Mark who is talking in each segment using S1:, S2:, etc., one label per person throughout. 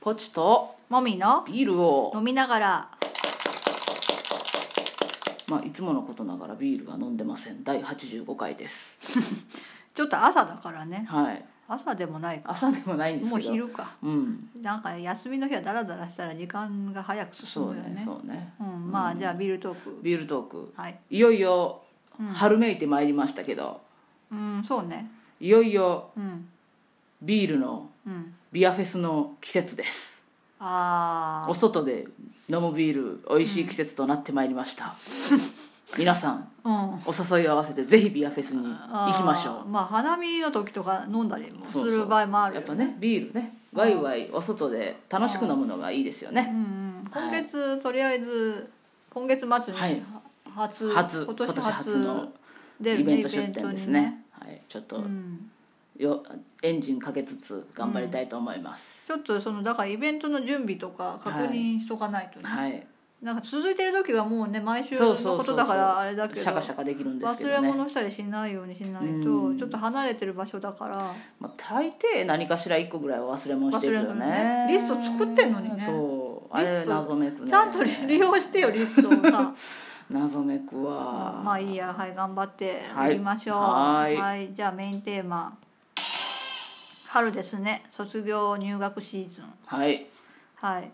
S1: ポチと
S2: もみの
S1: ビールを
S2: 飲、みながら
S1: まあ、いつものことながらビールは飲んでません第85回です
S2: ちょっと朝だからね
S1: はい
S2: 朝でもないか
S1: 朝でもないんですけど
S2: もう昼か
S1: うん
S2: なんか休みの日はダラダラしたら時間が早く進
S1: そう
S2: むよ
S1: ね
S2: ね
S1: そうね
S2: うん、まあじゃあビールトーク
S1: ビールトーク
S2: はい
S1: いよいよ
S2: うん
S1: 春めいてまいりましたけど、
S2: うんそうね
S1: いよいよ
S2: うん
S1: ビールの
S2: うん
S1: ビアフェスの季節です
S2: あ
S1: お外で飲むビール美味しい季節となってまいりました、皆さん
S2: あうん
S1: お誘いを合わせてぜひビアフェスに行きましょ
S2: あーまあ花見の時とか飲んだり
S1: う
S2: もす
S1: そうそう
S2: る場合もある
S1: や
S2: よ
S1: っぱねビールねワイワイお外で楽しく飲むのがいいですよ
S2: う
S1: ね
S2: んうん、
S1: はい
S2: 今月、とりあえず今月末に、
S1: はい
S2: 初
S1: 初
S2: 今年
S1: 今
S2: 初
S1: 年初の
S2: 出
S1: イ
S2: る
S1: ベ
S2: ね
S1: ント出店です
S2: イベントに
S1: ねはい、ちょっ
S2: う
S1: と
S2: ん、
S1: よエンジンかけつつ頑張りたいと思います、
S2: ちょっとそのだからイベントの準備とか確認しとかないとね、
S1: はい
S2: なんか続いてる時はもうね毎週
S1: そ
S2: の
S1: うそう
S2: こ
S1: そうそう
S2: とだからあれだけど
S1: シャカシャカできるんですけ
S2: 忘れ
S1: どね、
S2: 物したりしないようにしないと、
S1: うん
S2: ちょっと離れてる場所だから
S1: まあ、大抵何かしら一個ぐらいは忘れ物してるよね
S2: 忘れ物ねリスト作ってんのにね
S1: そうあれ謎めくね
S2: ちゃんと利用してよリストを さ
S1: 謎めくわ
S2: まあいいやはい頑張って
S1: はい
S2: やりましょう
S1: はい
S2: じゃあメインテーマ春ですね卒業入学シーズン
S1: はい
S2: はい、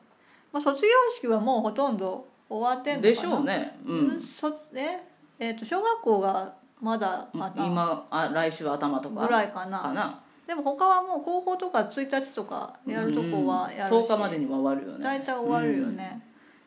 S2: まあ、卒業式はもうほとんど終わってんのか
S1: で
S2: な
S1: しょうねう
S2: うん
S1: ん、
S2: そええーと小学校がまだかな
S1: 今あ来週頭とか
S2: ぐらいかな
S1: かな
S2: でも他はもう高校とか1日とかやるとこはやるし、
S1: 10日までには終わるよね
S2: 大体終わるよ
S1: うん
S2: ね、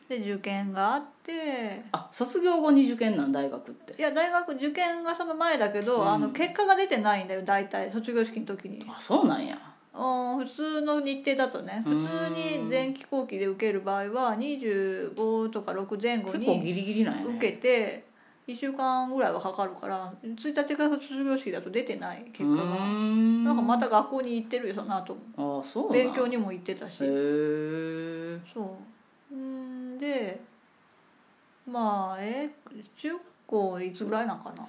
S2: で受験があって
S1: あ卒業後に受験なん大学って
S2: いや大学受験がその前だけど、
S1: うん
S2: あの結果が出てないんだよ大体卒業式の時に、
S1: あそうなんや
S2: うん、普通の日程だとね
S1: う
S2: 普
S1: ん
S2: 通に前期後期で受ける場合は25とか6前後
S1: 結構
S2: に
S1: ギリギリなんやね
S2: 受けて1週間ぐらいはかかるから1日から卒業式だと出てない結果
S1: うー
S2: が
S1: ん
S2: なんかまた学校に行ってるよその後も
S1: あそうなん
S2: 勉強にも行ってたし
S1: へえ
S2: そううんでまあえ中学校いつぐらいなんかな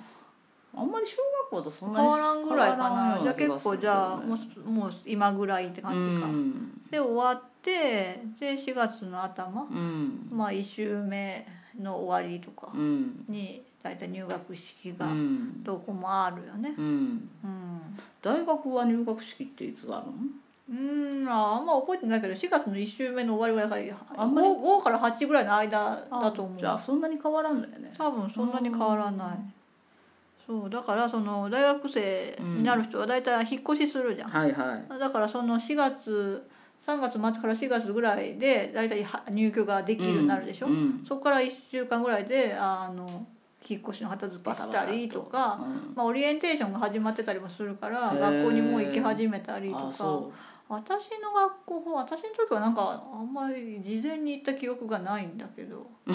S1: あんまり小学校とそんな
S2: 変わらんぐらいかな
S1: 変わらん
S2: じ
S1: よ
S2: ゃあ
S1: う気
S2: 結
S1: がす
S2: 構
S1: るけ
S2: じ
S1: どね
S2: ゃあもうすもう今ぐらいって感じか、
S1: うん
S2: で終わってで4月の頭
S1: うん
S2: まあ1週目の終わりとか
S1: うん
S2: に大体入学式
S1: う
S2: が
S1: ん
S2: どこもあるよね
S1: うん
S2: うん
S1: 大学は入学式っていつあるの
S2: うんああんま覚えてないけど4月の1週目の終わりぐらいから
S1: あんまり
S2: 5, 5から8ぐらいの間だと思う
S1: じゃあそんなに変わらんのよね
S2: 多分そんなに変わらない、そうだからその大学生になる人は大体引っ越しするじゃん、
S1: はいはい
S2: だからその4月3月末から4月ぐらいで大体は入居ができるようになるでしょ、
S1: うんうん
S2: そこから1週間ぐらいであの引っ越しの片付けしたりとか
S1: うん
S2: まあ、オリエンテーションが始まってたりもするから
S1: へー
S2: 学校にもう行き始めたりと
S1: あ
S2: か
S1: そ
S2: 私の学校私の時はなんかあんまり事前に行った記憶がないんだけど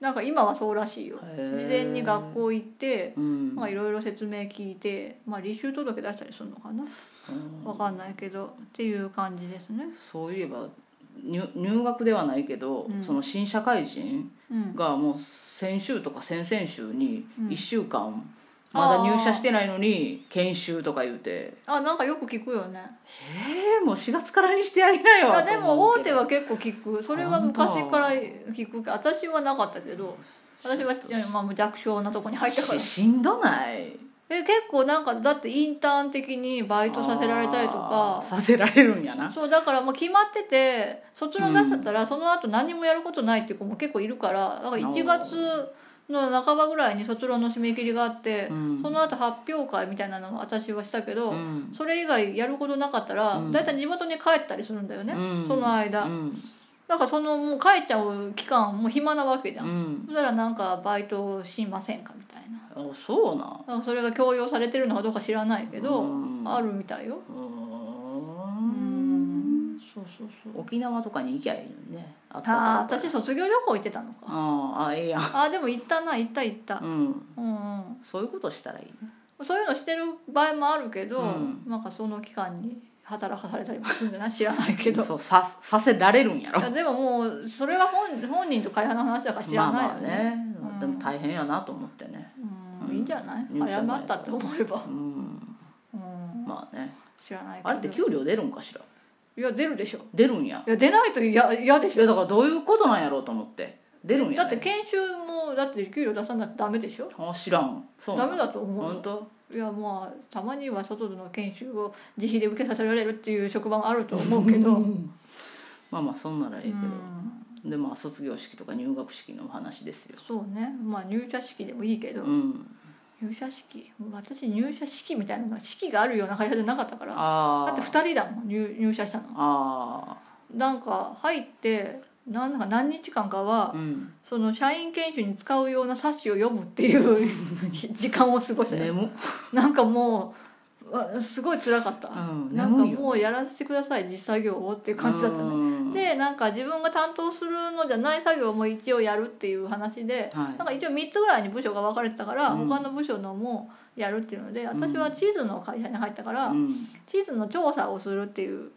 S2: なんか今はそうらしいよ
S1: う
S2: 事
S1: 事
S2: 前に学校行って
S1: うん
S2: まあいろいろ説明聞いて、まあ、履修届出したりするのかな
S1: うん
S2: わかんないけどっていう感じですね
S1: そういえば入入学ではないけど、
S2: うん
S1: その新社会人
S2: うん
S1: がもう先週とか先々週に
S2: うん
S1: 1週間まだ入社してないのに研修とか言うて
S2: あなんかよく聞くよね
S1: えー、もう4月からにしてあげないよ
S2: やでも大手
S1: は
S2: は結構聞くそれは昔から聞くけど私はなかったけど私は、まあ、弱小なとこに入ったから
S1: ししんどない
S2: え結構なんかだってインターン的にバイトさせられたりと
S1: あ
S2: か
S1: ーさせられるんやな
S2: そうだからもう決まってて卒論出しちゃったら、その後何もやることないっていう子も結構いるからだから1月の半ばぐらいに卒論の締め切りがあって、
S1: うん
S2: その後発表会みたいなのも私はしたけど、
S1: うん
S2: それ以外やることなかったら、
S1: うん
S2: だいたい地元に帰ったりするんだよね、
S1: うん
S2: その間、
S1: うん
S2: だからそのもう帰っちゃう期間もう暇なわけじゃん、
S1: うん
S2: そしたらなんかバイトしませんかみたいな
S1: あそうなん
S2: なんかそれが強要されてるのかどうか知らないけど、
S1: うん
S2: あるみたいよ
S1: うー
S2: う
S1: ん
S2: んそうそうそう
S1: 沖縄とかに行きゃいいのにねあった
S2: ああ
S1: かい
S2: 私卒業旅行行ってたのか
S1: あーあええやん
S2: ああでも行ったな行った行った
S1: うん
S2: うんうん
S1: そういうことしたらいいね
S2: そういうのしてる場合もあるけど、
S1: うん
S2: なんかその期間に働かされたりもするんじゃない知らない けど
S1: そうささせられるんやろ
S2: いやでももうそれは本本人と会話の話だから知らないよね,、
S1: まあまあね
S2: うん
S1: でも大変やなと思ってね
S2: うんいいんじゃない、
S1: いいんじゃ
S2: 謝
S1: ない
S2: ったって思えば
S1: う、ん
S2: うん
S1: まあね
S2: 知らないけど
S1: あれって給料出るんかしら
S2: いや出るでしょ
S1: 出るんや
S2: いや出ないと嫌嫌で
S1: い
S2: し
S1: や
S2: ょ
S1: だからどういうことなんやろうと思って出るんや、ね、
S2: だって研修もだって給料出さないとダメでしょ
S1: あ知らんそう
S2: ダメだと思
S1: 本
S2: う
S1: 当
S2: いやまあたまには外での研修を自費で受けさせられるっていう職場もあると 思うけど、
S1: まあまあそんならええけど、
S2: うん
S1: でまあ卒業式とか入学式の話ですよ
S2: そうねまあ入社式でもいいけど、
S1: うん
S2: 入社式私入社式みたいなのが式があるような会社じゃなかったから
S1: あ
S2: だ
S1: あ
S2: って2人だもん入入社したの
S1: あ
S2: なんか入ってなんか何日間かは
S1: あうん
S2: その社員研修に使うような冊子を読むっていう 時間を過ごしたよ
S1: 眠
S2: なんかもうわすごい辛かった、
S1: うん
S2: なんか
S1: 眠いよ
S2: もうやらせてください実作業をっていう感じだったね、
S1: ね
S2: でなんか自分が担当するのじゃない作業も一応やるっていう話で、
S1: はい
S2: なんか一応3つぐらいに部署が分かれてたから、
S1: うん
S2: 他の部署のもやるっていうので
S1: ん
S2: 私は地図の会社に入ったから、
S1: うん
S2: 地図の調査をするっていう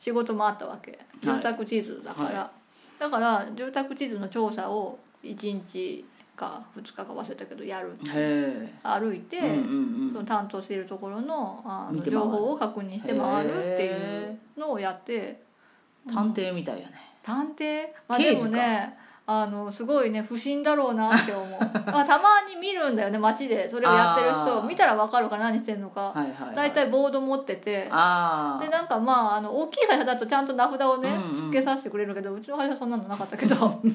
S2: 仕事もあったわけ住宅地図だから、
S1: は
S2: だから住宅地図の調査を1日か2日か忘れたけどやる
S1: へえ
S2: 歩いて、
S1: うんうんう
S2: そ
S1: ん
S2: の担当しているところのあ
S1: 見
S2: の
S1: て回
S2: 情
S1: る
S2: 報を確認して回るってい
S1: へ
S2: うのをやって
S1: 探偵みたいやね
S2: 探偵まあ
S1: 刑
S2: で
S1: 事か
S2: もねあのすごいね不審だろうなって思 うまあたまに見るんだよね街でそれをやってる人
S1: あー
S2: 見たら分かるから何してんの
S1: は
S2: か
S1: いはいはい
S2: 大体ボード持ってて
S1: ああ
S2: でなんかまああの大きい会社だとちゃんと名札をね
S1: うんうん
S2: つけさせてくれるけどうちの会社そんなのなかったけ ど、う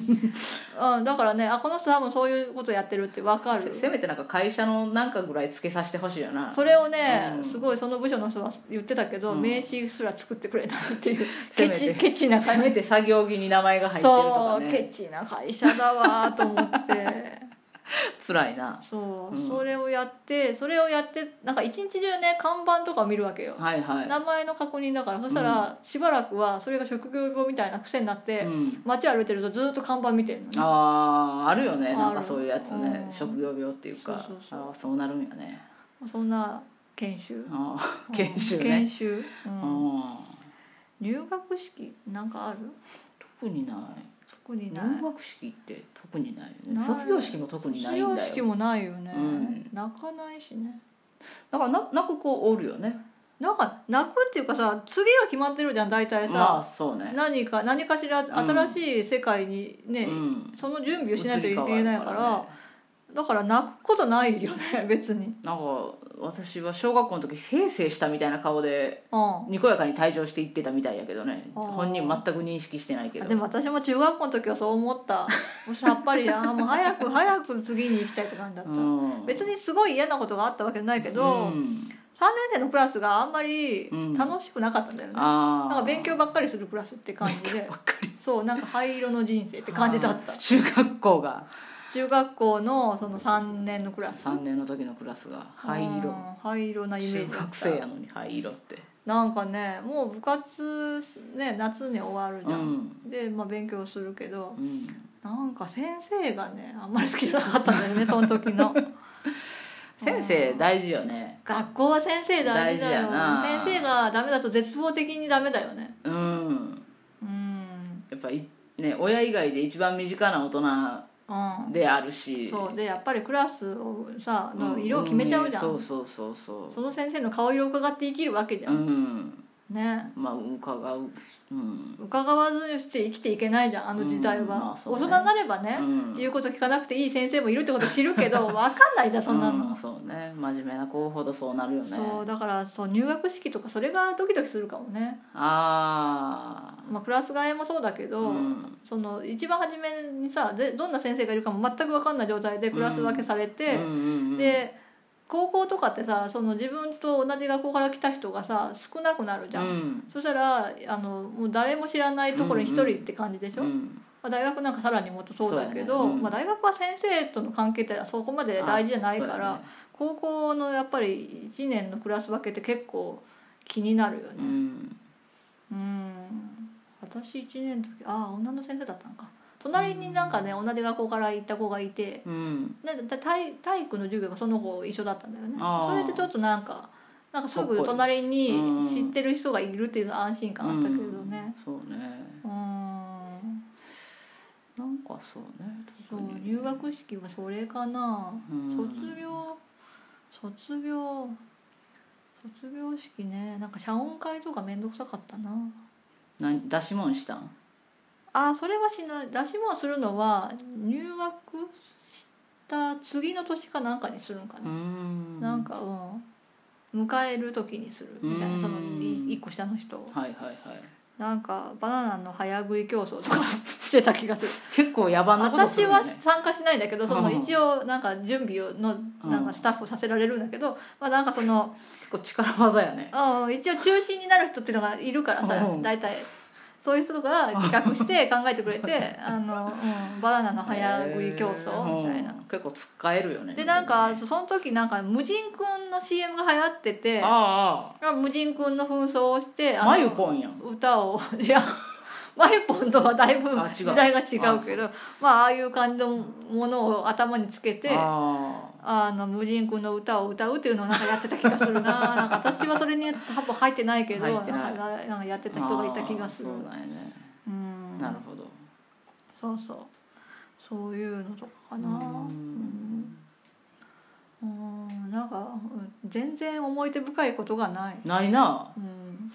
S2: ん、だからねあこの人多分そういうことやってるって分かる
S1: せせめてなんか会社のなんかぐらいつけさせてほしいよな
S2: それをね、
S1: うん
S2: すごいその部署の人は言ってたけど、
S1: うん
S2: 名刺すら作ってくれないっていう
S1: せ
S2: ケ
S1: めて
S2: チケチな
S1: せ
S2: 会
S1: めて作業着に名前が入ってると
S2: そ
S1: か
S2: う、
S1: ね
S2: ケチな会社だわと思って。
S1: 辛いな
S2: そう、
S1: うん
S2: それをやってそれをやってなんか一日中ね看板とか見るわけよ、
S1: はいはい
S2: 名前の確認だからそしたらしばらくはそれが職業病みたいな癖になって、
S1: うん
S2: 街歩いてるとずっと看板見てるのね
S1: あああるよ
S2: あ
S1: ね
S2: る
S1: なんかそういうやつね
S2: うん
S1: 職業病っていうか
S2: そうそうそう
S1: ああそうなるんやね
S2: そんな研修
S1: ああ研修
S2: うん研
S1: ね
S2: 修、
S1: う
S2: う
S1: ん
S2: 入学式なんかある
S1: 特にな
S2: 特
S1: い
S2: にない
S1: 入学式って特にないよね
S2: ない
S1: 卒業式も特にな
S2: 卒
S1: いん
S2: 業
S1: だ
S2: 式
S1: よ
S2: もないよね、
S1: うん
S2: 泣かないしね
S1: だからな泣く子おるよね
S2: なんか泣くっていうかさ次が決まってるじゃん大体さ、
S1: まあそうね
S2: 何か何かしら新しい世界にね、
S1: うん
S2: その準備をしないといけないから
S1: ね
S2: だから泣くことないよね 別に
S1: なんか私は小学校の時せいせいしたみたいな顔で
S2: うんあ
S1: にこやかに退場していってたみたいやけどね
S2: あー
S1: 本人全く認識してないけど
S2: でも私も中学校の時はそう思ったもうさっぱ りあーもう早く早く次に行きたいって感じだった、
S1: うん
S2: 別にすごい嫌なことがあったわけじゃないけど、
S1: う
S2: 3年
S1: ん
S2: 生のクラスがあんまり
S1: うん
S2: 楽しくなかったんだよね、
S1: あ
S2: なんか勉強
S1: っ
S2: ばっかりするクラスって感じで
S1: ばっかりっ
S2: そうなんか灰色の人生って感じだった
S1: 中学校が
S2: 中学校のその3年のクラス
S1: 3年の時のクラスが灰
S2: うん
S1: 色
S2: 灰色なイメージだっ
S1: 中
S2: た
S1: 学生やのに灰色って
S2: なんかねもう部活ね夏に終わるじゃん、
S1: うん
S2: で、まあ、勉強するけど
S1: うん
S2: なんか先生がねあんまり好きじゃなかったんだよね その時の
S1: 先生大事よね
S2: 学校は先生大事だよ
S1: 大事やな
S2: 先生がダメだと絶望的にダメだよね
S1: うん
S2: うん
S1: やっぱいね親以外で一番身近な大
S2: う
S1: 人である
S2: ん
S1: し
S2: そうでやっぱりクラスをさ
S1: うん
S2: の色を決めちゃうじゃん、
S1: うんそうそうそうそ
S2: その先生の顔色を伺って生きるわけじゃ、
S1: うんうん
S2: ね
S1: まあ伺ううん
S2: 伺わずして生きていけないじゃんあの時代は、
S1: うんまあそう
S2: 大
S1: ね
S2: 人になればね、
S1: うん
S2: 言うこと聞かなくていい先生もいるってこと知るけ ど分かんないじゃんそんなの、
S1: うんそうね真面目な子ほどそうなるよね
S2: そうだからそう入学式とかそれがドキドキするかもね、
S1: ああ
S2: まあ、クラス替えもそうだけど、
S1: うん
S2: その一番初めにさでどんな先生がいるかも全く分かんない状態でクラス分けされて、
S1: うんうんうん、
S2: で高校とかってさその自分と同じ学校から来た人がさ少なくなるじゃん、
S1: うん
S2: そしたらあのもう誰も知らないところに一人って感じでしょ、
S1: うん
S2: まあ、大学なんかさらにもっとそうだけ
S1: そう
S2: ど、
S1: やねうん
S2: まあ、大学は先生との関係ってそこまで大事じゃないから、
S1: あ
S2: 高校のやっぱり1年のクラス分けって結構気になるよ
S1: そうやねう
S2: ね
S1: ん
S2: うん私1年の時ああ女の先生だったのか隣になんかね同じ学校から行った子がいて
S1: うん
S2: なんか体体育の授業がその子一緒だったんだよね
S1: あー
S2: それでちょっとなんかなんかす
S1: かっこい
S2: ぐ
S1: い
S2: 隣
S1: うん
S2: に知ってる人がいるっていうのは安心感あったけどね
S1: うんそうね
S2: うん
S1: なんかそうね
S2: そう
S1: 特に
S2: 入学式はそれかな、
S1: うん
S2: 卒業卒業卒業式ねなんか謝恩会とか面倒くさかったな
S1: 何出し物したん
S2: あそれはしない出し物するのは入学した次の年かなんかにするんか
S1: うー
S2: な、
S1: ん
S2: なんかうん迎える時にするみたいなその
S1: うん
S2: い一個下の人を
S1: はいはいはい
S2: なんかバナナの早食い競争とか してた気がする
S1: 結構野蛮なことする
S2: 私
S1: よ
S2: は
S1: ね
S2: 参加しないんだけどその
S1: うん
S2: 一応なんか準備をのなんかスタッフさせられるんだけど、まあ、なんかその
S1: 結構力技やね
S2: うん一応中心になる人っていうのがいるからさ
S1: うん
S2: 大体そういう人が企画 して考えてくれてあの、うんバナナの早食い競争みたいな
S1: うん。結構使えるよね
S2: でなんか
S1: ね
S2: その時なんか無人くんの CM が流行ってて
S1: あ
S2: 無人くんの紛争をして
S1: あ
S2: あ
S1: あ
S2: の
S1: まゆぽんやん
S2: 歌を いやマイポンとはだいぶ
S1: あ違う
S2: 時代が違うけどまあああいう感じのものを頭につけて
S1: あ
S2: あの無人君の歌を歌うっていうのをなんかやってた気がす るななんか私はそれに多分入ってないけど
S1: 入ってない
S2: んかなんかやって
S1: ー
S2: た人がいた気がする
S1: あーそうなんやね
S2: うん
S1: なるほど
S2: そうそうそういうのとかかな
S1: うん
S2: うんうんなんかうん全然思い出深いことがない、
S1: ないな
S2: うん、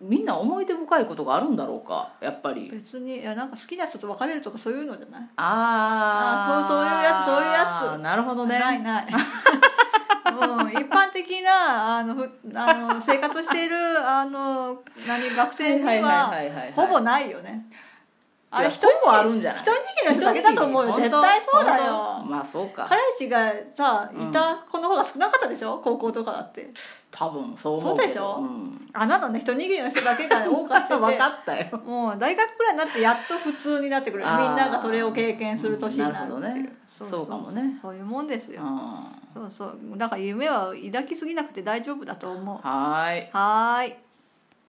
S1: みんな思い出深いことがあるんだろうかやっぱり
S2: 別にいやなんか好きな人と別れるとかそういうのじゃない
S1: あ
S2: あーそうそういうやつそういうや
S1: つなるほどね
S2: ないないうん、一般的なあのふあの生活してい るあの何学生にはほぼないよねあ
S1: あ
S2: れ
S1: れ
S2: 一
S1: 人もあるんじゃない
S2: 人握りの人だけだと思うよ
S1: 一握り
S2: 絶対そうだ
S1: 本当
S2: よ
S1: まあそうか
S2: 彼氏がさ
S1: うん
S2: いた子の方が少なかったでしょ高校とかだって
S1: 多分そう思うけど
S2: そうでしょ
S1: うん、
S2: あなたね人握りの人だ けが多かった
S1: 分
S2: て
S1: かったよ
S2: もう大学くらいになってやっと普通になってくるみん
S1: あー
S2: ながそれを経験する年になるっていう、
S1: うんなるほどねそうかもね
S2: そういうもんです
S1: う
S2: よ、
S1: んは
S2: そうそうだから夢は抱きすぎなくて大丈夫だと思う
S1: ーい
S2: はーい